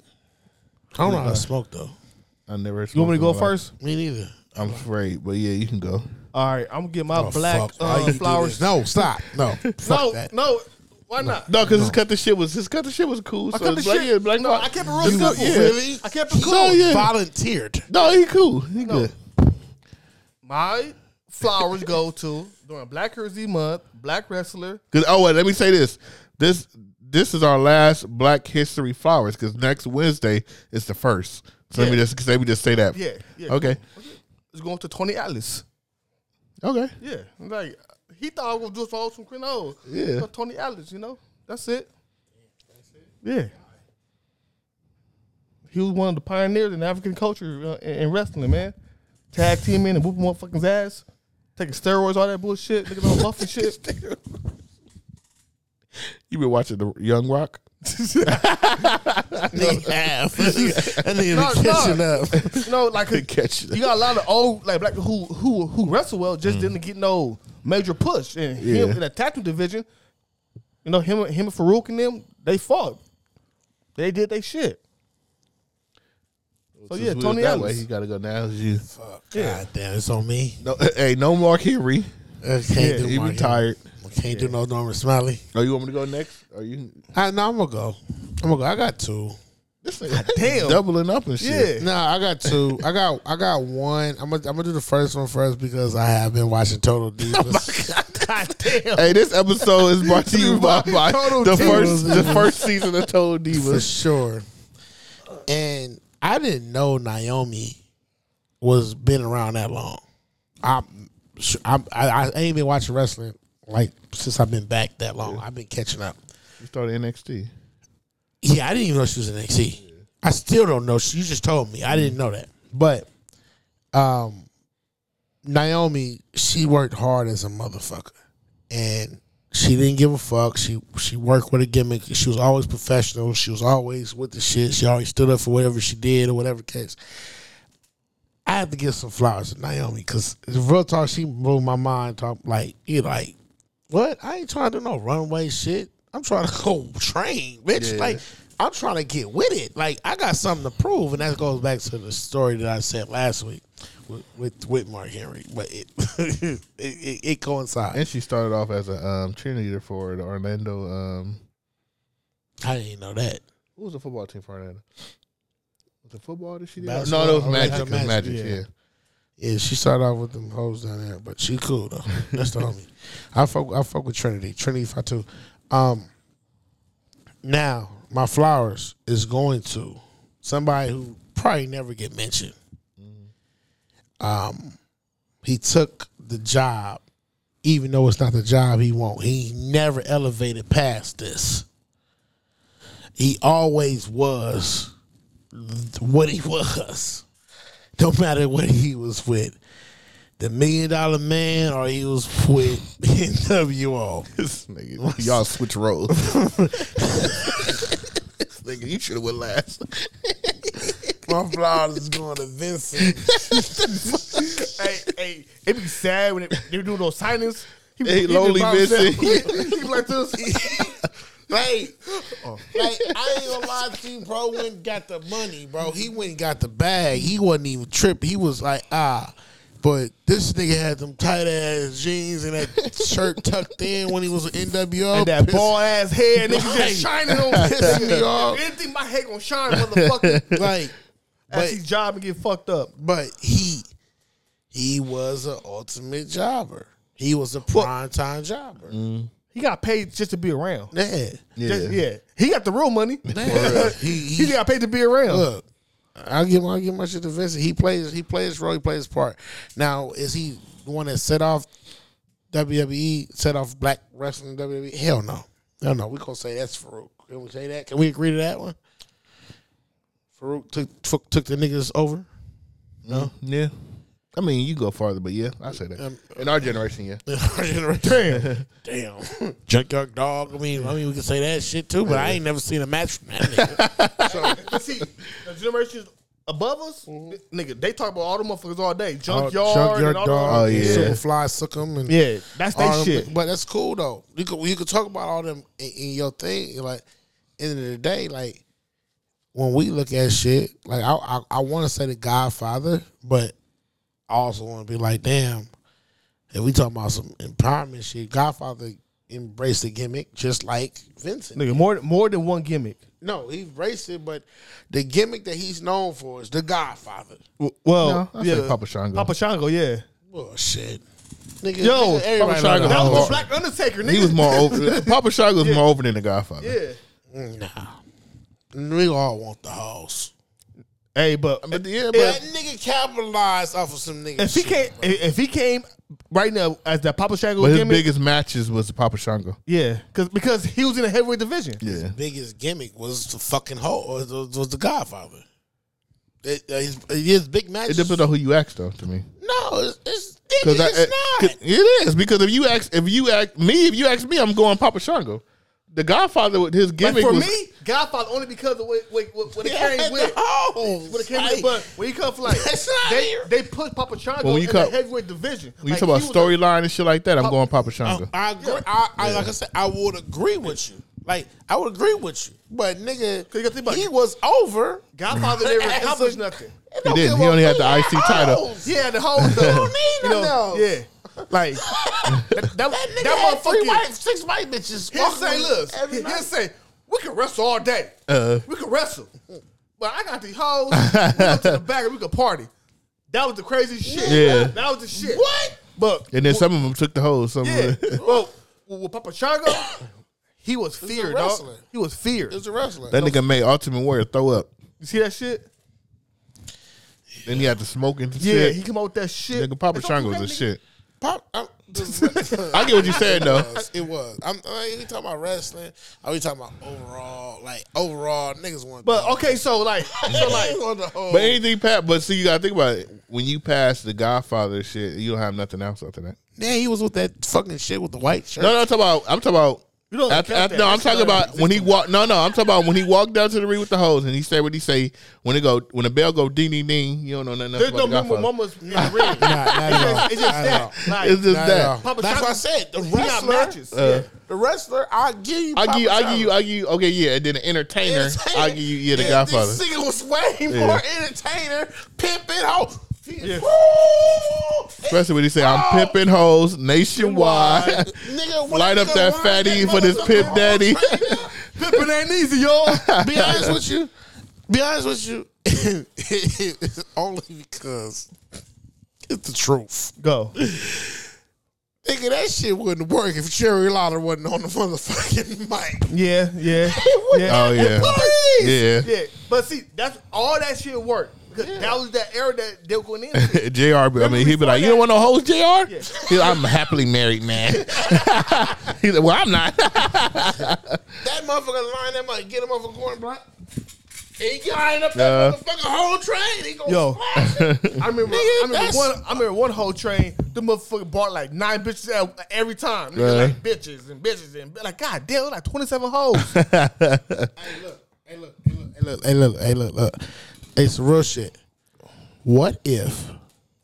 [SPEAKER 4] I don't know how to smoke though.
[SPEAKER 2] I never.
[SPEAKER 1] You want me to go
[SPEAKER 2] smoked in my life.
[SPEAKER 1] first?
[SPEAKER 4] Me neither.
[SPEAKER 2] I'm afraid, but yeah, you can go.
[SPEAKER 1] All right, I'm gonna get my
[SPEAKER 4] Oh,
[SPEAKER 1] black
[SPEAKER 4] fuck. Why you
[SPEAKER 1] uh,
[SPEAKER 4] do
[SPEAKER 1] flowers.
[SPEAKER 4] this? No, stop. No,
[SPEAKER 1] No,
[SPEAKER 4] fuck that.
[SPEAKER 1] no, why not?
[SPEAKER 2] No, because his cut the shit was his cut the shit was cool.
[SPEAKER 1] I
[SPEAKER 2] so
[SPEAKER 1] kept the
[SPEAKER 2] it's like, yeah,
[SPEAKER 1] shit.
[SPEAKER 2] Black
[SPEAKER 1] no,
[SPEAKER 2] Rock-
[SPEAKER 1] I kept it real
[SPEAKER 2] Just
[SPEAKER 1] simple.
[SPEAKER 2] go- yeah.
[SPEAKER 1] Really? I kept it cool.
[SPEAKER 2] So, yeah.
[SPEAKER 4] Volunteered.
[SPEAKER 2] No, he cool. He good.
[SPEAKER 1] My flowers go to during Black Jersey Month, Black Wrestler.
[SPEAKER 2] Cause oh wait, let me say this. This this is our last Black History Flowers because next Wednesday is the first. So let me
[SPEAKER 1] Yeah.
[SPEAKER 2] just 'cause let me just say that.
[SPEAKER 1] Yeah, yeah.
[SPEAKER 2] Okay.
[SPEAKER 1] It's going to Tony Atlas.
[SPEAKER 2] Okay.
[SPEAKER 1] Yeah, like he thought I was just all some Crinoles.
[SPEAKER 2] Yeah.
[SPEAKER 1] So Tony Atlas, you know, that's it. Yeah, he was one of the pioneers in African culture uh, in, in wrestling, man. Tag teaming and whooping motherfuckers ass, taking steroids, all that bullshit. Look at all buff and shit.
[SPEAKER 2] You been watching the Young Rock?
[SPEAKER 4] half. That nigga
[SPEAKER 1] No,
[SPEAKER 4] be catching
[SPEAKER 1] no.
[SPEAKER 4] up.
[SPEAKER 1] no, like
[SPEAKER 2] Catch it.
[SPEAKER 1] you got a lot of old like black who who who wrestle well just didn't get no major push. And him
[SPEAKER 2] Mm. Yeah.
[SPEAKER 1] in the tattoo division, you know him him and Farouk and them they fought. They did they shit. So
[SPEAKER 2] Since
[SPEAKER 1] yeah,
[SPEAKER 2] we was
[SPEAKER 1] Tony
[SPEAKER 2] that way,
[SPEAKER 1] Ellis.
[SPEAKER 2] he got to go now. It's you.
[SPEAKER 1] Yeah.
[SPEAKER 4] God damn, it's on me.
[SPEAKER 2] No, hey, no Mark Henry.
[SPEAKER 4] I can't
[SPEAKER 1] Yeah,
[SPEAKER 4] do
[SPEAKER 2] He
[SPEAKER 4] Mark
[SPEAKER 2] retired.
[SPEAKER 4] Henry. I can't do no Norman Smiley.
[SPEAKER 2] Oh, you want me to go next? Are you?
[SPEAKER 4] I no, I'm gonna go. I'm gonna go. I got two.
[SPEAKER 2] This thing,
[SPEAKER 1] Damn.
[SPEAKER 2] doubling up and
[SPEAKER 1] Yeah.
[SPEAKER 2] shit.
[SPEAKER 4] Nah, I got two. I got I got one. I'm gonna I'm gonna do the first one first because I have been watching Total Divas.
[SPEAKER 1] God damn.
[SPEAKER 2] Hey, this episode is brought to you by, by
[SPEAKER 4] Total
[SPEAKER 2] the
[SPEAKER 4] Divas.
[SPEAKER 2] first the first season of Total
[SPEAKER 4] for
[SPEAKER 2] Divas.
[SPEAKER 4] sure. And I didn't know Naomi was been around that long. I'm, su- I'm I, I ain't been watching wrestling like since I've been back that long. I've been catching up.
[SPEAKER 2] You started NXT.
[SPEAKER 4] Yeah, I didn't even know she was in NXT. I still don't know. She, you just told me. I didn't know that. But um, Naomi, she worked hard as a motherfucker, and she didn't give a fuck. She she worked with a gimmick. She was always professional. She was always with the shit. She always stood up for whatever she did or whatever case. I have to give some flowers to Naomi because real talk, she blew my mind. Talk like you like what? I ain't trying to do no runway shit. I'm trying to go train, bitch.
[SPEAKER 2] Yeah.
[SPEAKER 4] Like I'm trying to get with it. Like I got something to prove, and that goes back to the story that I said last week with with, with Mark Henry. But it it, it, it coincides.
[SPEAKER 2] And she started off as a um, cheerleader for the Orlando. Um,
[SPEAKER 4] I didn't know that.
[SPEAKER 2] who was the football team for Orlando? Was it football that she did?
[SPEAKER 4] Basketball,
[SPEAKER 2] no, that was
[SPEAKER 4] Orlando
[SPEAKER 2] Magic. It was
[SPEAKER 4] Magic,
[SPEAKER 2] Oh, Magic,
[SPEAKER 1] yeah.
[SPEAKER 2] yeah.
[SPEAKER 4] Yeah, she started off with them hoes down there, but she cool though. That's the homie. I fuck I fuck with Trinity. Trinity Fatu. Um now my flowers is going to somebody who probably never get mentioned. Um he took the job, even though it's not the job he want. He never elevated past this. He always was what he was no matter what he was with, the Million Dollar Man or he was with NWO.
[SPEAKER 2] This nigga, y'all switch roles. this nigga, you should have went last.
[SPEAKER 4] My flowers is going to Vincent.
[SPEAKER 1] hey, hey, it be sad when it, they do those signings. He,
[SPEAKER 2] Hey,
[SPEAKER 1] he be
[SPEAKER 2] lonely
[SPEAKER 1] by himself.
[SPEAKER 2] Vincent.
[SPEAKER 1] he be like this.
[SPEAKER 4] Like, like, I ain't gonna lie to you, bro. Went and got the money, bro. He went and got the bag. He wasn't even tripping. He was like, ah. But this nigga had them tight ass jeans and that shirt tucked in when he was an NWO.
[SPEAKER 1] And that
[SPEAKER 4] Piss-
[SPEAKER 1] ball ass hair, nigga,
[SPEAKER 4] Right.
[SPEAKER 1] just shining on
[SPEAKER 4] Piss me off.
[SPEAKER 1] If anything, my hair gonna shine, motherfucker.
[SPEAKER 4] Like,
[SPEAKER 1] As he job and get fucked up.
[SPEAKER 4] But he he was an ultimate jobber. He was a prime time jobber.
[SPEAKER 1] Mm. He got paid just to be around.
[SPEAKER 4] Yeah.
[SPEAKER 1] Yeah, yeah. he got the real money.
[SPEAKER 4] Yeah. He,
[SPEAKER 1] He
[SPEAKER 4] he,
[SPEAKER 1] got paid to be around.
[SPEAKER 4] look. I'll give I'll give my shit to Vincent. He plays he plays his role, he plays his part. Now, is he the one that set off WWE, set off black wrestling WWE? Hell no. Hell no. We gonna say that's Farouk. Can we say that? Can we agree to that one? Farouk took took, took the niggas over?
[SPEAKER 2] No, yeah. I mean, you go farther, but yeah, I say that.
[SPEAKER 4] Um,
[SPEAKER 2] In our generation, yeah.
[SPEAKER 1] Damn.
[SPEAKER 4] Damn, junkyard dog. I mean, I mean, we can say that shit too, but I ain't never seen a match from that nigga.
[SPEAKER 1] But see, the generations above us, th- nigga, they talk about all the motherfuckers all day. Junkyard, and all
[SPEAKER 2] Oh,
[SPEAKER 1] The,
[SPEAKER 2] yeah.
[SPEAKER 4] Superfly Sookum and
[SPEAKER 1] yeah, that's
[SPEAKER 4] all
[SPEAKER 1] that
[SPEAKER 4] them-
[SPEAKER 1] shit.
[SPEAKER 4] But that's cool though. You could you could talk about all them in, in your thing. Like, end of the day, like when we look at shit, like I I, I want to say the Godfather, but I also want to be like, damn, if we talking about some empowerment shit, Godfather embraced the gimmick just like Vincent.
[SPEAKER 1] Nigga, more more than one gimmick.
[SPEAKER 4] No, he embraced it, but the gimmick that he's known for is the Godfather.
[SPEAKER 1] W-
[SPEAKER 5] Oh,
[SPEAKER 1] Well,
[SPEAKER 2] No, I
[SPEAKER 1] yeah,
[SPEAKER 2] say Papa Shango.
[SPEAKER 1] Papa Shango, yeah.
[SPEAKER 4] Bullshit. Nigga,
[SPEAKER 1] Yo,
[SPEAKER 4] nigga,
[SPEAKER 2] Papa
[SPEAKER 4] everybody
[SPEAKER 2] Shango.
[SPEAKER 4] knows
[SPEAKER 1] That was
[SPEAKER 2] Oh.
[SPEAKER 1] the Black Undertaker, nigga.
[SPEAKER 2] he was more over. Papa Shark was more open than the Godfather.
[SPEAKER 1] yeah.
[SPEAKER 4] Nah. We all want the hoes.
[SPEAKER 1] Hey, but,
[SPEAKER 2] But yeah,
[SPEAKER 4] That
[SPEAKER 2] but
[SPEAKER 4] nigga capitalized off of some nigga
[SPEAKER 1] if he
[SPEAKER 4] shit.
[SPEAKER 1] came, if he came right now as that Papa Shango
[SPEAKER 2] but his
[SPEAKER 1] gimmick,
[SPEAKER 2] biggest matches was Papa Shango.
[SPEAKER 1] yeah, because because he was in the heavyweight division.
[SPEAKER 2] Yeah,
[SPEAKER 4] biggest gimmick was the fucking hoe, or was, was the Godfather. It, uh, his, his big match.
[SPEAKER 2] it depends on who you ask, though. To me,
[SPEAKER 4] No, it's, it's,
[SPEAKER 2] I-
[SPEAKER 4] it's
[SPEAKER 2] I- uh, eh,
[SPEAKER 4] not.
[SPEAKER 2] 'cause it is because if you ask, if you ask me, if you ask me, I'm going Papa Shango. The Godfather with his
[SPEAKER 5] Like
[SPEAKER 2] gimmick
[SPEAKER 5] for
[SPEAKER 2] was,
[SPEAKER 5] me, Godfather only because of what what what, what it came with.
[SPEAKER 4] no.
[SPEAKER 5] What it came with, but when you come for like
[SPEAKER 4] That's not
[SPEAKER 5] they
[SPEAKER 4] here.
[SPEAKER 5] they put Papa Chongo
[SPEAKER 2] Well, when
[SPEAKER 5] in
[SPEAKER 2] you come-
[SPEAKER 5] the heavyweight division.
[SPEAKER 2] When you
[SPEAKER 5] Like,
[SPEAKER 2] talk about
[SPEAKER 5] he was Oh, like-
[SPEAKER 2] storyline and shit like that, I'm going Papa Shango.
[SPEAKER 4] I, I agree. I, I like I said, I would agree with you. Like I would agree with you, but nigga,
[SPEAKER 5] you gotta think about
[SPEAKER 4] he
[SPEAKER 5] it.
[SPEAKER 4] was over.
[SPEAKER 5] Godfather never
[SPEAKER 4] As a-
[SPEAKER 5] accomplished nothing.
[SPEAKER 4] It
[SPEAKER 2] He
[SPEAKER 4] don't
[SPEAKER 2] didn't.
[SPEAKER 4] give
[SPEAKER 2] He
[SPEAKER 4] a
[SPEAKER 2] only had the
[SPEAKER 4] fuck.
[SPEAKER 2] IC title.
[SPEAKER 4] Oh,
[SPEAKER 5] He had the whole though.
[SPEAKER 4] don't need
[SPEAKER 5] you
[SPEAKER 4] no
[SPEAKER 5] know,
[SPEAKER 4] though.
[SPEAKER 5] yeah.
[SPEAKER 4] Like
[SPEAKER 5] That, that,
[SPEAKER 4] that nigga
[SPEAKER 5] that
[SPEAKER 4] had three
[SPEAKER 5] motherfucker.
[SPEAKER 4] white, six white bitches.
[SPEAKER 5] He'll
[SPEAKER 4] walking
[SPEAKER 5] say,
[SPEAKER 4] with
[SPEAKER 5] look,
[SPEAKER 4] every
[SPEAKER 5] he'll
[SPEAKER 4] night.
[SPEAKER 5] say, we can wrestle all day.
[SPEAKER 2] Uh-huh.
[SPEAKER 5] we can wrestle. But I got these hoes. we go to the back and we can party. That was the crazy shit.
[SPEAKER 2] Yeah.
[SPEAKER 5] That was the shit.
[SPEAKER 4] What?
[SPEAKER 5] But,
[SPEAKER 2] And then some of them took the whole. Some
[SPEAKER 5] yeah.
[SPEAKER 2] of them.
[SPEAKER 5] well, with with Papa Chago, he was feared, dog.
[SPEAKER 4] wrestler.
[SPEAKER 5] He was feared.
[SPEAKER 4] It was a wrestler.
[SPEAKER 2] that nigga made Ultimate Warrior throw up.
[SPEAKER 5] you see that shit?
[SPEAKER 2] Then he had to smoke and
[SPEAKER 5] Yeah,
[SPEAKER 2] shit.
[SPEAKER 5] he come out with that shit.
[SPEAKER 2] nigga, Papa
[SPEAKER 5] It's okay,
[SPEAKER 2] Shango's a
[SPEAKER 5] nigga.
[SPEAKER 2] shit.
[SPEAKER 4] Pop, I'm, this-
[SPEAKER 2] I get what you're saying though.
[SPEAKER 4] It was. It was. I'm, I ain't even talking about wrestling. Are we talking about overall? Like overall, niggas want.
[SPEAKER 5] But okay, so like, so like,
[SPEAKER 4] Niggas want the whole.
[SPEAKER 2] But anything, Pat. But see, you gotta think about it. When you pass the Godfather shit, you don't have nothing else after that.
[SPEAKER 4] yeah, he was with that fucking shit with the white shirt.
[SPEAKER 2] No, no, I'm talking about. I'm talking about.
[SPEAKER 5] You don't
[SPEAKER 2] after-
[SPEAKER 5] count
[SPEAKER 2] after-
[SPEAKER 5] that.
[SPEAKER 2] no, I'm
[SPEAKER 5] That's
[SPEAKER 2] talking
[SPEAKER 5] not
[SPEAKER 2] about when he walked. No, no, I'm talking about when he walked down to the ring with the hose and he said what he say. When it go, when the bell go ding ding ding, you don't know nothing. else
[SPEAKER 5] there's
[SPEAKER 2] about
[SPEAKER 5] no
[SPEAKER 2] the
[SPEAKER 5] room with mamas
[SPEAKER 2] Godfather.
[SPEAKER 5] in the ring. It's just that. Like,
[SPEAKER 2] It's just
[SPEAKER 4] Not at all.
[SPEAKER 2] that.
[SPEAKER 5] Papa
[SPEAKER 4] That's
[SPEAKER 5] Shango-
[SPEAKER 4] what I said. The
[SPEAKER 5] he got
[SPEAKER 4] wrestler,
[SPEAKER 5] matches.
[SPEAKER 4] yeah. the wrestler. I give you.
[SPEAKER 2] I give, you,
[SPEAKER 4] Papa
[SPEAKER 2] I give you,
[SPEAKER 4] John's.
[SPEAKER 2] I give you. Okay, yeah. And then the entertainer,
[SPEAKER 4] Entertainer.
[SPEAKER 2] I give you, yeah, the Godfather.
[SPEAKER 4] This nigga was way more entertainer, pimping hoe.
[SPEAKER 5] Yeah.
[SPEAKER 4] Woo!
[SPEAKER 2] Especially when he say, "I'm
[SPEAKER 5] Oh!
[SPEAKER 2] pimping hoes nationwide."
[SPEAKER 4] Nigga, when
[SPEAKER 2] Light
[SPEAKER 4] I
[SPEAKER 2] up
[SPEAKER 4] nigga
[SPEAKER 2] that
[SPEAKER 4] wind
[SPEAKER 2] fatty for this
[SPEAKER 4] motherfucker
[SPEAKER 2] pimp
[SPEAKER 4] on
[SPEAKER 2] daddy.
[SPEAKER 4] train up,
[SPEAKER 5] Pippin ain't easy, y'all.
[SPEAKER 4] be honest with you. Be honest with you. it's only because it's the truth.
[SPEAKER 1] Go.
[SPEAKER 4] Nigga, that shit wouldn't work if Cherry Lauder wasn't on the motherfucking mic.
[SPEAKER 1] Yeah, yeah.
[SPEAKER 4] It wouldn't.
[SPEAKER 1] Yeah.
[SPEAKER 2] Oh yeah, yeah.
[SPEAKER 5] Yeah, but see, that's all that shit worked. Because that was that era that they were going into.
[SPEAKER 2] Jr. I mean, he'd be like, "You don't want no hoes, Jr." He's like, I'm a happily married man. He's like, "Well, I'm not."
[SPEAKER 4] That motherfucker line that might get him off a going black. He line up
[SPEAKER 2] Yeah.
[SPEAKER 4] that motherfucking whole train. He gonna
[SPEAKER 1] Yo.
[SPEAKER 4] smash it.
[SPEAKER 5] I remember,
[SPEAKER 4] Nigga,
[SPEAKER 5] I remember
[SPEAKER 4] that's-
[SPEAKER 5] one, I remember one whole train. The motherfucker bought like nine bitches out every time. Nigga,
[SPEAKER 2] Yeah.
[SPEAKER 5] Like bitches and bitches and like god damn, like twenty seven hoes.
[SPEAKER 4] Hey, look, hey, look, hey, look, hey, look, hey, look, hey, look, look. It's real shit. What if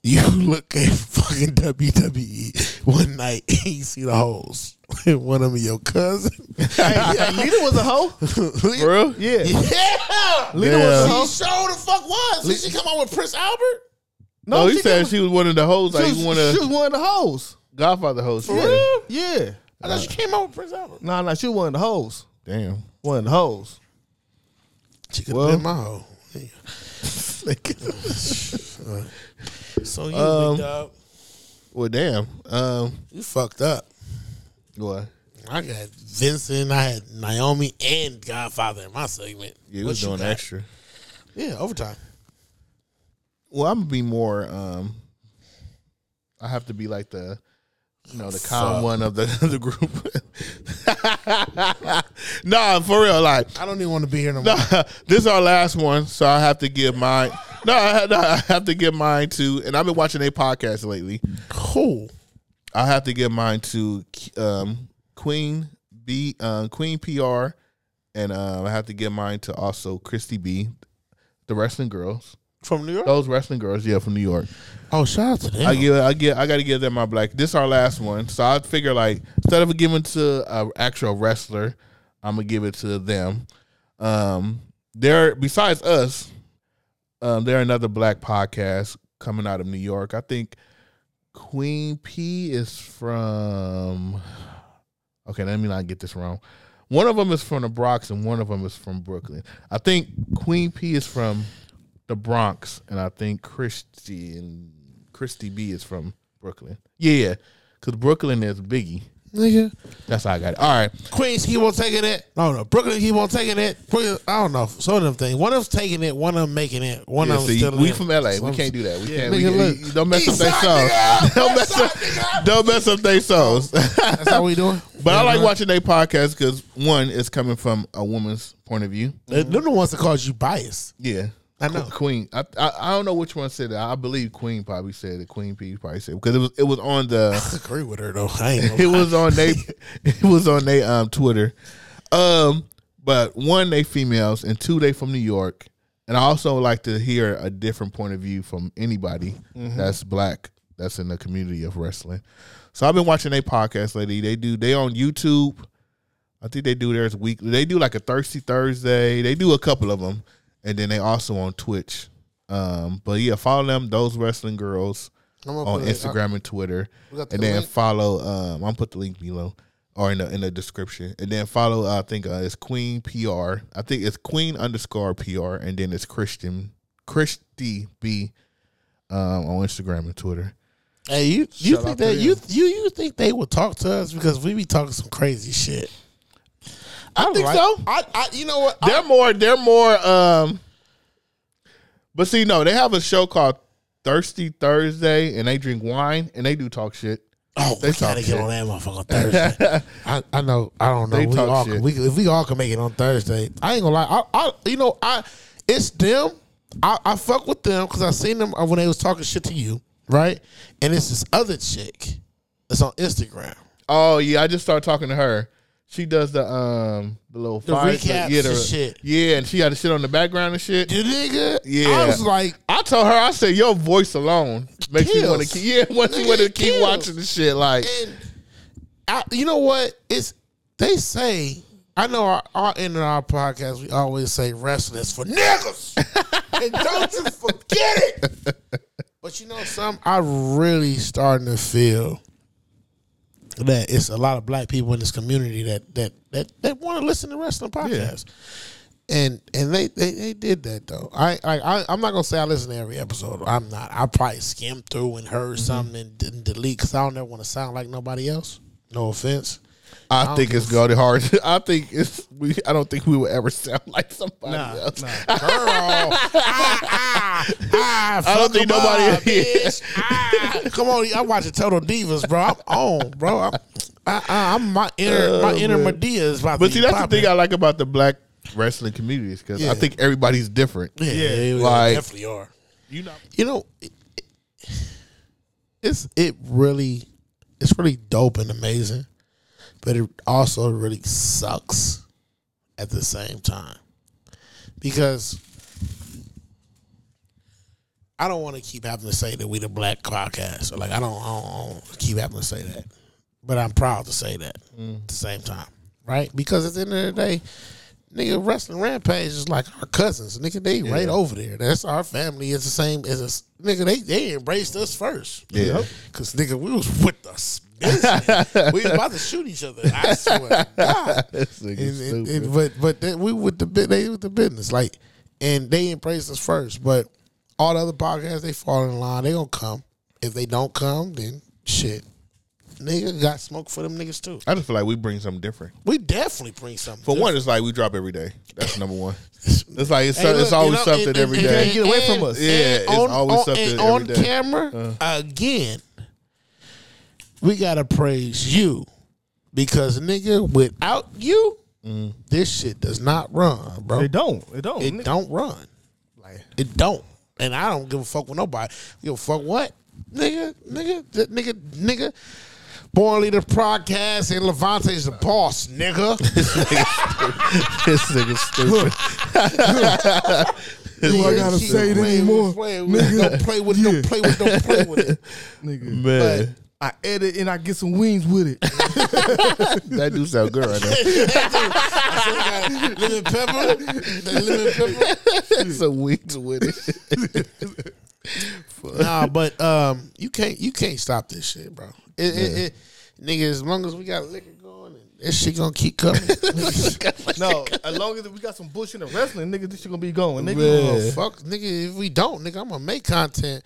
[SPEAKER 4] you look at fucking WWE one night and you see the hoes? one of them your cousin.
[SPEAKER 1] Yeah, Lita was a hoe.
[SPEAKER 2] For real?
[SPEAKER 1] Yeah.
[SPEAKER 4] yeah.
[SPEAKER 1] Lita was a hoe.
[SPEAKER 4] She sure the fuck was. Did she come out with Prince Albert?
[SPEAKER 2] No, he
[SPEAKER 1] she
[SPEAKER 2] said
[SPEAKER 1] came-
[SPEAKER 2] she was one of the hoes. Like
[SPEAKER 1] she,
[SPEAKER 2] he
[SPEAKER 1] was,
[SPEAKER 2] one of
[SPEAKER 1] she was one of the hoes.
[SPEAKER 2] Godfather hoes.
[SPEAKER 4] For real?
[SPEAKER 1] Yeah.
[SPEAKER 4] I thought she came out with Prince Albert.
[SPEAKER 1] Nah, nah, she was one of the hoes.
[SPEAKER 2] Damn.
[SPEAKER 1] One of the hoes.
[SPEAKER 4] She could have
[SPEAKER 2] Well-
[SPEAKER 4] been my hoe. so you,
[SPEAKER 2] Um,
[SPEAKER 4] big dog,
[SPEAKER 2] Well, damn. Um,
[SPEAKER 4] you fucked up.
[SPEAKER 2] what?
[SPEAKER 4] I got Vincent, I had Naomi, and Godfather in my segment.
[SPEAKER 2] Yeah, he
[SPEAKER 4] What
[SPEAKER 2] was
[SPEAKER 4] you
[SPEAKER 2] doing
[SPEAKER 4] got?
[SPEAKER 2] extra.
[SPEAKER 4] Yeah, overtime.
[SPEAKER 2] Well, I'm gonna be more. um I have to be like the, you know, the calm
[SPEAKER 4] Fuck.
[SPEAKER 2] one of the the group. nah, for real. Like
[SPEAKER 4] I don't even want to be here no more.
[SPEAKER 2] Nah, this is our last one, so I have to give mine. No, I, no, I have to give mine to, and I've been watching a podcast lately.
[SPEAKER 4] Cool.
[SPEAKER 2] I have to give mine to um, Queen B, um, Queen PR, and um, I have to give mine to also Christy B, the wrestling girls.
[SPEAKER 4] From New York?
[SPEAKER 2] Those wrestling girls, yeah, from New York.
[SPEAKER 4] Oh, shout out to them.
[SPEAKER 2] I give, I give, I gotta give them my black. This is our last one, so I figure like instead of giving to an actual wrestler, I'm gonna give it to them. Um, there, besides us, um, there are another black podcast coming out of New York. I think Queen P is from. Okay, let me not get this wrong. One of them is from the Bronx, and one of them is from Brooklyn. I think Queen P is from the Bronx, and I think Christy and Christy B is from Brooklyn. Yeah, because Brooklyn is Biggie.
[SPEAKER 4] Nigga.
[SPEAKER 2] That's how I got it. All right,
[SPEAKER 4] Queens keep on taking it. No, no. Brooklyn keep on taking it. Brooklyn, I don't know. Some of them things. One of them's taking it. One of them making it. One
[SPEAKER 2] yeah,
[SPEAKER 4] of them
[SPEAKER 2] see,
[SPEAKER 4] still
[SPEAKER 2] we
[SPEAKER 4] in.
[SPEAKER 2] from LA.
[SPEAKER 4] Some-
[SPEAKER 2] We can't do that. We can't.
[SPEAKER 4] Nigga,
[SPEAKER 2] we,
[SPEAKER 4] look.
[SPEAKER 2] you- don't mess up
[SPEAKER 4] East
[SPEAKER 2] their
[SPEAKER 4] side,
[SPEAKER 2] songs.
[SPEAKER 4] nigga.
[SPEAKER 2] Don't
[SPEAKER 4] West
[SPEAKER 2] mess up.
[SPEAKER 4] side, nigga.
[SPEAKER 2] Don't mess up their songs.
[SPEAKER 4] That's how we doing.
[SPEAKER 2] But I like watching their podcast because one, it's coming from a woman's point of view.
[SPEAKER 4] They're they're the ones that cause you bias.
[SPEAKER 2] Yeah,
[SPEAKER 4] I know.
[SPEAKER 2] Qu- Queen. I, I I don't know which one said that. I believe Queen probably said it. Queen P probably said because it was it was on the
[SPEAKER 4] I agree with her though. I ain't.
[SPEAKER 2] it
[SPEAKER 4] Gonna
[SPEAKER 2] was on they it was on they um Twitter. Um, but one, they females, and two, they from New York. And I also like to hear a different point of view from anybody
[SPEAKER 4] Mm-hmm.
[SPEAKER 2] that's black that's in the community of wrestling. So I've been watching a podcast lady. They do they on YouTube. I think they do theirs weekly. They do like a Thirsty Thursday. They do a couple of them, and then they also on Twitch. Um, but yeah, follow them. Those wrestling girls
[SPEAKER 4] I'm gonna
[SPEAKER 2] on
[SPEAKER 4] put it-
[SPEAKER 2] Instagram and Twitter,
[SPEAKER 4] Uh, We got
[SPEAKER 2] and
[SPEAKER 4] the
[SPEAKER 2] then
[SPEAKER 4] link.
[SPEAKER 2] follow. Um, I'm put the link below or in the in the description, and then follow. I think uh, it's Queen PR. I think it's Queen underscore PR, and then it's Christian Christy B um, on Instagram and Twitter.
[SPEAKER 4] Hey, you you
[SPEAKER 5] Shout out
[SPEAKER 4] think
[SPEAKER 5] to
[SPEAKER 4] that you
[SPEAKER 5] them.
[SPEAKER 4] you you think they would talk to us because we be talking some crazy shit? I,
[SPEAKER 2] think so.
[SPEAKER 4] I, I you know what?
[SPEAKER 2] They're more. They're more. Um, but see, no, they have a show called Thirsty Thursday, and they drink wine and they do talk shit.
[SPEAKER 4] Oh,
[SPEAKER 2] They
[SPEAKER 4] we gotta
[SPEAKER 2] talk
[SPEAKER 4] get on that motherfucker on Thursday. I, I know. I don't know.
[SPEAKER 2] They
[SPEAKER 4] we
[SPEAKER 2] talk
[SPEAKER 4] all
[SPEAKER 2] shit.
[SPEAKER 4] can, we, if we all can make it on Thursday, I ain't gonna lie. I, I you know, I it's them. I, I fuck with them because I seen them when they was talking shit to you, right? And it's this other chick that's on Instagram.
[SPEAKER 2] Oh yeah, I just started talking to her. She does the um the little the
[SPEAKER 4] recaps
[SPEAKER 2] yeah, the-
[SPEAKER 4] and shit.
[SPEAKER 2] Yeah, and she had the shit on the background and shit.
[SPEAKER 4] The nigga,
[SPEAKER 2] Yeah.
[SPEAKER 4] I was like,
[SPEAKER 2] I told her, I said, your voice alone makes me want to
[SPEAKER 4] Kills.
[SPEAKER 2] keep. Yeah, once you want to
[SPEAKER 4] It
[SPEAKER 2] keep
[SPEAKER 4] kills.
[SPEAKER 2] watching the shit, like
[SPEAKER 4] and I, you know what? It's they say. I know our, our end of our podcast, we always say wrestling is for niggas, and don't you forget it. But you know, some I really starting to feel that it's a lot of black people in this community that that that that want to listen to wrestling podcasts. And and they, they, they did that though. I, I I I'm not gonna say I listen to every episode. I'm not. I probably skimmed through and heard something and didn't delete because I don't ever want to sound like nobody else. No offense.
[SPEAKER 2] I,
[SPEAKER 4] don't
[SPEAKER 2] think
[SPEAKER 4] give
[SPEAKER 2] it's going to hard. I think it's we. I don't think we will ever sound like somebody
[SPEAKER 1] Nah,
[SPEAKER 2] else.
[SPEAKER 1] nah.
[SPEAKER 4] Girl, ah, ah, ah,
[SPEAKER 2] I don't
[SPEAKER 4] fuck
[SPEAKER 2] think
[SPEAKER 4] 'em
[SPEAKER 2] nobody-
[SPEAKER 4] up, bitch. Ah. Come on, I'm watching Total Divas, bro. I'm on, bro. I'm, I, I, I'm my inner my inner Medea is about
[SPEAKER 2] But
[SPEAKER 4] to
[SPEAKER 2] see,
[SPEAKER 4] be
[SPEAKER 2] that's the
[SPEAKER 4] popping.
[SPEAKER 2] thing I like about the black wrestling communities because
[SPEAKER 4] Yeah.
[SPEAKER 2] I think everybody's different.
[SPEAKER 4] Yeah, they
[SPEAKER 2] like-
[SPEAKER 4] definitely are.
[SPEAKER 2] You know,
[SPEAKER 4] You know, it, it- it's it really it's really dope and amazing, but it also really sucks at the same time because I don't want to keep having to say that we the black podcast. Or like I don't, I don't, I don't keep having to say that, but I'm proud to say that at the same time, right? Because at the end of the day, nigga, wrestling rampage is like our cousins, nigga. They right over there. That's our family. It's the same as us, nigga. They they embraced us first,
[SPEAKER 2] Yeah.
[SPEAKER 4] Because nigga, we was with us. we was about to shoot each other. I swear, to God.
[SPEAKER 2] this nigga
[SPEAKER 4] And- and-
[SPEAKER 2] stupid.
[SPEAKER 4] and- but but they, we with the bu- they with the business like, and they embraced us first. But all the other podcasts they fall in line. They gonna come. If they don't come, then shit, nigga got smoke for them niggas too.
[SPEAKER 2] I just feel like we bring something different.
[SPEAKER 4] We definitely bring something.
[SPEAKER 2] For
[SPEAKER 4] different.
[SPEAKER 2] one, it's like we drop every day. That's number one. It's like it's, so-
[SPEAKER 4] Hey,
[SPEAKER 2] it's
[SPEAKER 4] look, you
[SPEAKER 2] always
[SPEAKER 4] know,
[SPEAKER 2] something
[SPEAKER 4] and-
[SPEAKER 2] every
[SPEAKER 4] and-
[SPEAKER 2] day.
[SPEAKER 4] and-
[SPEAKER 1] Get away from us.
[SPEAKER 2] Yeah, it's
[SPEAKER 4] on,
[SPEAKER 2] always
[SPEAKER 4] on-
[SPEAKER 2] something
[SPEAKER 4] and
[SPEAKER 2] every
[SPEAKER 4] on
[SPEAKER 2] day.
[SPEAKER 4] camera
[SPEAKER 2] Uh.
[SPEAKER 4] again. We gotta praise you because nigga, without you,
[SPEAKER 2] Mm.
[SPEAKER 4] this shit does not run, bro.
[SPEAKER 1] They don't. It don't.
[SPEAKER 4] It don't run. It don't. And I don't give a fuck with nobody. Give a fuck what? Nigga, nigga, th- nigga, nigga. Born Leader Podcast and Levante is the boss, nigga.
[SPEAKER 2] this nigga stupid.
[SPEAKER 4] Do
[SPEAKER 1] I gotta say it anymore?
[SPEAKER 4] Don't play with, don't play with, don't play with it.
[SPEAKER 1] nigga.
[SPEAKER 2] Man,
[SPEAKER 1] I edit and I get some wings with it.
[SPEAKER 2] that do sound good right now.
[SPEAKER 4] lemon pepper, the lemon pepper.
[SPEAKER 2] it's a weeks with it.
[SPEAKER 4] nah, but um, you can't you can't stop this shit, bro. It, it, it, nigga, as long as we got liquor going, this shit gonna keep coming.
[SPEAKER 1] no, as long as we got some bullshit in wrestling, nigga, this shit gonna be going, nigga.
[SPEAKER 4] Oh, fuck, nigga, if we don't, nigga, I'm gonna make content.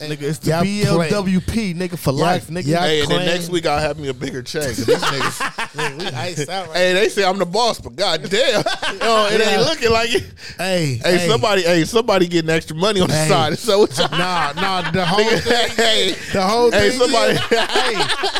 [SPEAKER 1] Nigga, it's the
[SPEAKER 4] Y'all play.
[SPEAKER 1] BLWP, nigga, for life, nigga.
[SPEAKER 4] y'all
[SPEAKER 2] Hey, and then
[SPEAKER 4] claim-
[SPEAKER 2] next week I'll have me a bigger check. These niggas,
[SPEAKER 4] Nigga, we iced out right
[SPEAKER 2] hey, they say I'm the boss, but goddamn, oh, it
[SPEAKER 4] Yeah.
[SPEAKER 2] ain't looking like it.
[SPEAKER 4] Hey,
[SPEAKER 2] Hey, somebody, hey, somebody getting extra money on the
[SPEAKER 4] Hey.
[SPEAKER 2] side. So it's
[SPEAKER 4] Nah, nah, the whole thing.
[SPEAKER 2] hey,
[SPEAKER 4] The whole
[SPEAKER 2] hey,
[SPEAKER 4] thing.
[SPEAKER 2] somebody,
[SPEAKER 4] hey,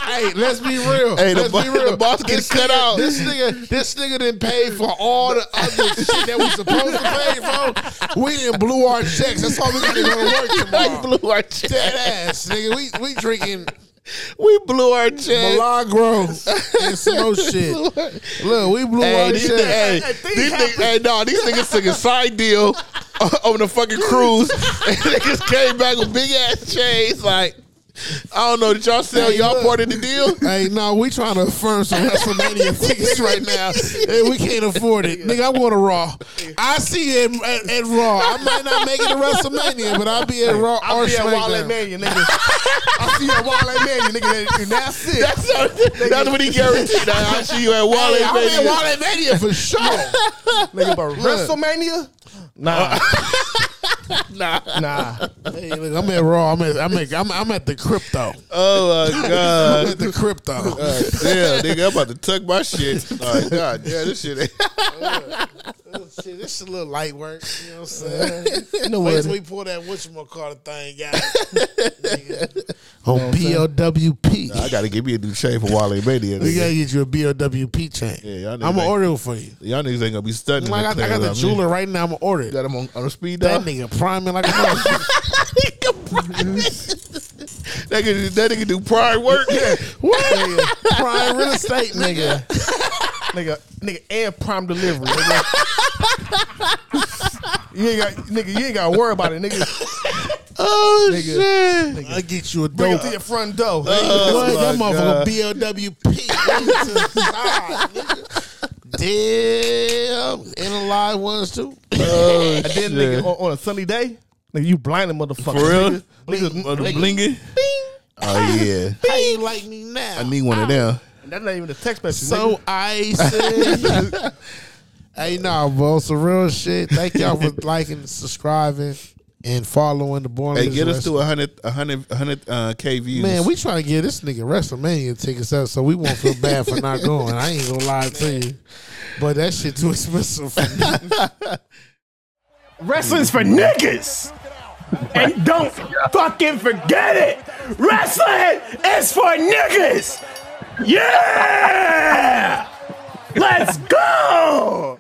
[SPEAKER 4] hey, let's be real.
[SPEAKER 2] Hey, the
[SPEAKER 4] let's
[SPEAKER 2] bo-
[SPEAKER 4] be real.
[SPEAKER 2] the boss
[SPEAKER 4] This
[SPEAKER 2] get cut
[SPEAKER 4] nigga-
[SPEAKER 2] out.
[SPEAKER 4] This nigga, this nigga didn't pay for all the other shit that we supposed to pay for. We didn't blew our checks. That's why we gotta go to work tomorrow.
[SPEAKER 2] blew our check.
[SPEAKER 4] Dead ass, nigga. We we drinking
[SPEAKER 2] we blew our chance.
[SPEAKER 4] Milagro and some shit. Look, we blew
[SPEAKER 2] Hey,
[SPEAKER 4] our
[SPEAKER 2] these,
[SPEAKER 4] shit.
[SPEAKER 2] hey,
[SPEAKER 5] Hey, things
[SPEAKER 2] these niggas, hey, no, these niggas took a side deal on the fucking cruise. and niggas came back with big ass chains. Like, I don't know. Did y'all sell?
[SPEAKER 4] Hey,
[SPEAKER 2] y'all
[SPEAKER 4] look.
[SPEAKER 2] part of the deal?
[SPEAKER 4] Hey, no, we trying to affirm some WrestleMania tickets right now. Hey, we can't afford it. Nigga, I want a Raw. I see it at, at Raw. I might not make it to WrestleMania, but I'll be at Raw
[SPEAKER 5] I'll
[SPEAKER 4] or
[SPEAKER 5] be at Wale
[SPEAKER 4] SmackDown.
[SPEAKER 5] Mania, nigga. I see you at Wale Mania, nigga. And that's it.
[SPEAKER 2] That's, how, that's what he guaranteed. I I see you at Wally.
[SPEAKER 4] Hey, I'm at
[SPEAKER 2] baby.
[SPEAKER 4] Wale Mania for sure.
[SPEAKER 5] nigga, but WrestleMania?
[SPEAKER 1] Nah,
[SPEAKER 5] Nah.
[SPEAKER 4] hey, look, I'm at Raw. I'm at, I'm at, I'm, I'm at the crypto.
[SPEAKER 2] Oh my god.
[SPEAKER 4] I'm at the crypto.
[SPEAKER 2] God damn, nigga, I'm about to tuck my shit. Like, God damn, this shit ain't.
[SPEAKER 4] Oh, Shit, this is a little light work. You know what Uh, I'm saying?
[SPEAKER 1] no
[SPEAKER 4] Wait
[SPEAKER 1] way.
[SPEAKER 4] till we pull that whatchamacallit thing out. Nigga. On POWP.
[SPEAKER 2] I gotta give me a new chain for Wally Mania.
[SPEAKER 4] We
[SPEAKER 2] Nigga.
[SPEAKER 4] gotta get you a BOWP chain.
[SPEAKER 2] Yeah, y'all niggas
[SPEAKER 4] I'm gonna
[SPEAKER 2] ain't-
[SPEAKER 4] order it for you.
[SPEAKER 2] Y'all niggas ain't gonna be studying.
[SPEAKER 4] I got, I got the jeweler right now. I'm gonna order it.
[SPEAKER 2] Got him on, on the speed dial.
[SPEAKER 4] That nigga priming like a motherfucker.
[SPEAKER 2] That nigga, that nigga do prime work.
[SPEAKER 4] What? Prime real estate, nigga.
[SPEAKER 5] Nigga, nigga, and prime delivery, nigga. you ain't got nigga, you ain't gotta worry about it, nigga.
[SPEAKER 4] Oh shit! I get you a
[SPEAKER 5] Bring
[SPEAKER 4] dope.
[SPEAKER 5] it to your front door.
[SPEAKER 4] What? that
[SPEAKER 2] Oh my
[SPEAKER 4] motherfucker BLWP. Damn, and alive ones too.
[SPEAKER 2] Oh,
[SPEAKER 5] and then nigga on, on a sunny day, nigga, you blinding motherfucker.
[SPEAKER 2] For real?
[SPEAKER 5] Nigga, nigga, nigga,
[SPEAKER 2] blinging. Oh yeah,
[SPEAKER 4] How you like me now?
[SPEAKER 2] I need one of them.
[SPEAKER 5] and that's not even a text message. nigga.
[SPEAKER 4] so I said, "Hey, nah, bro, some real shit. Thank y'all for liking, subscribing, and following the Born.
[SPEAKER 2] Hey,
[SPEAKER 4] Leaders
[SPEAKER 2] get us
[SPEAKER 4] Wrestling-
[SPEAKER 2] to a hundred, a hundred, a hundred uh, k views.
[SPEAKER 4] Man, we trying to get this nigga WrestleMania tickets up, so we won't feel bad for not going. I ain't gonna lie to you, but that shit too expensive for me.
[SPEAKER 6] Wrestling's for niggas. And don't fucking forget it. Wrestling is for niggas. Yeah. Let's go.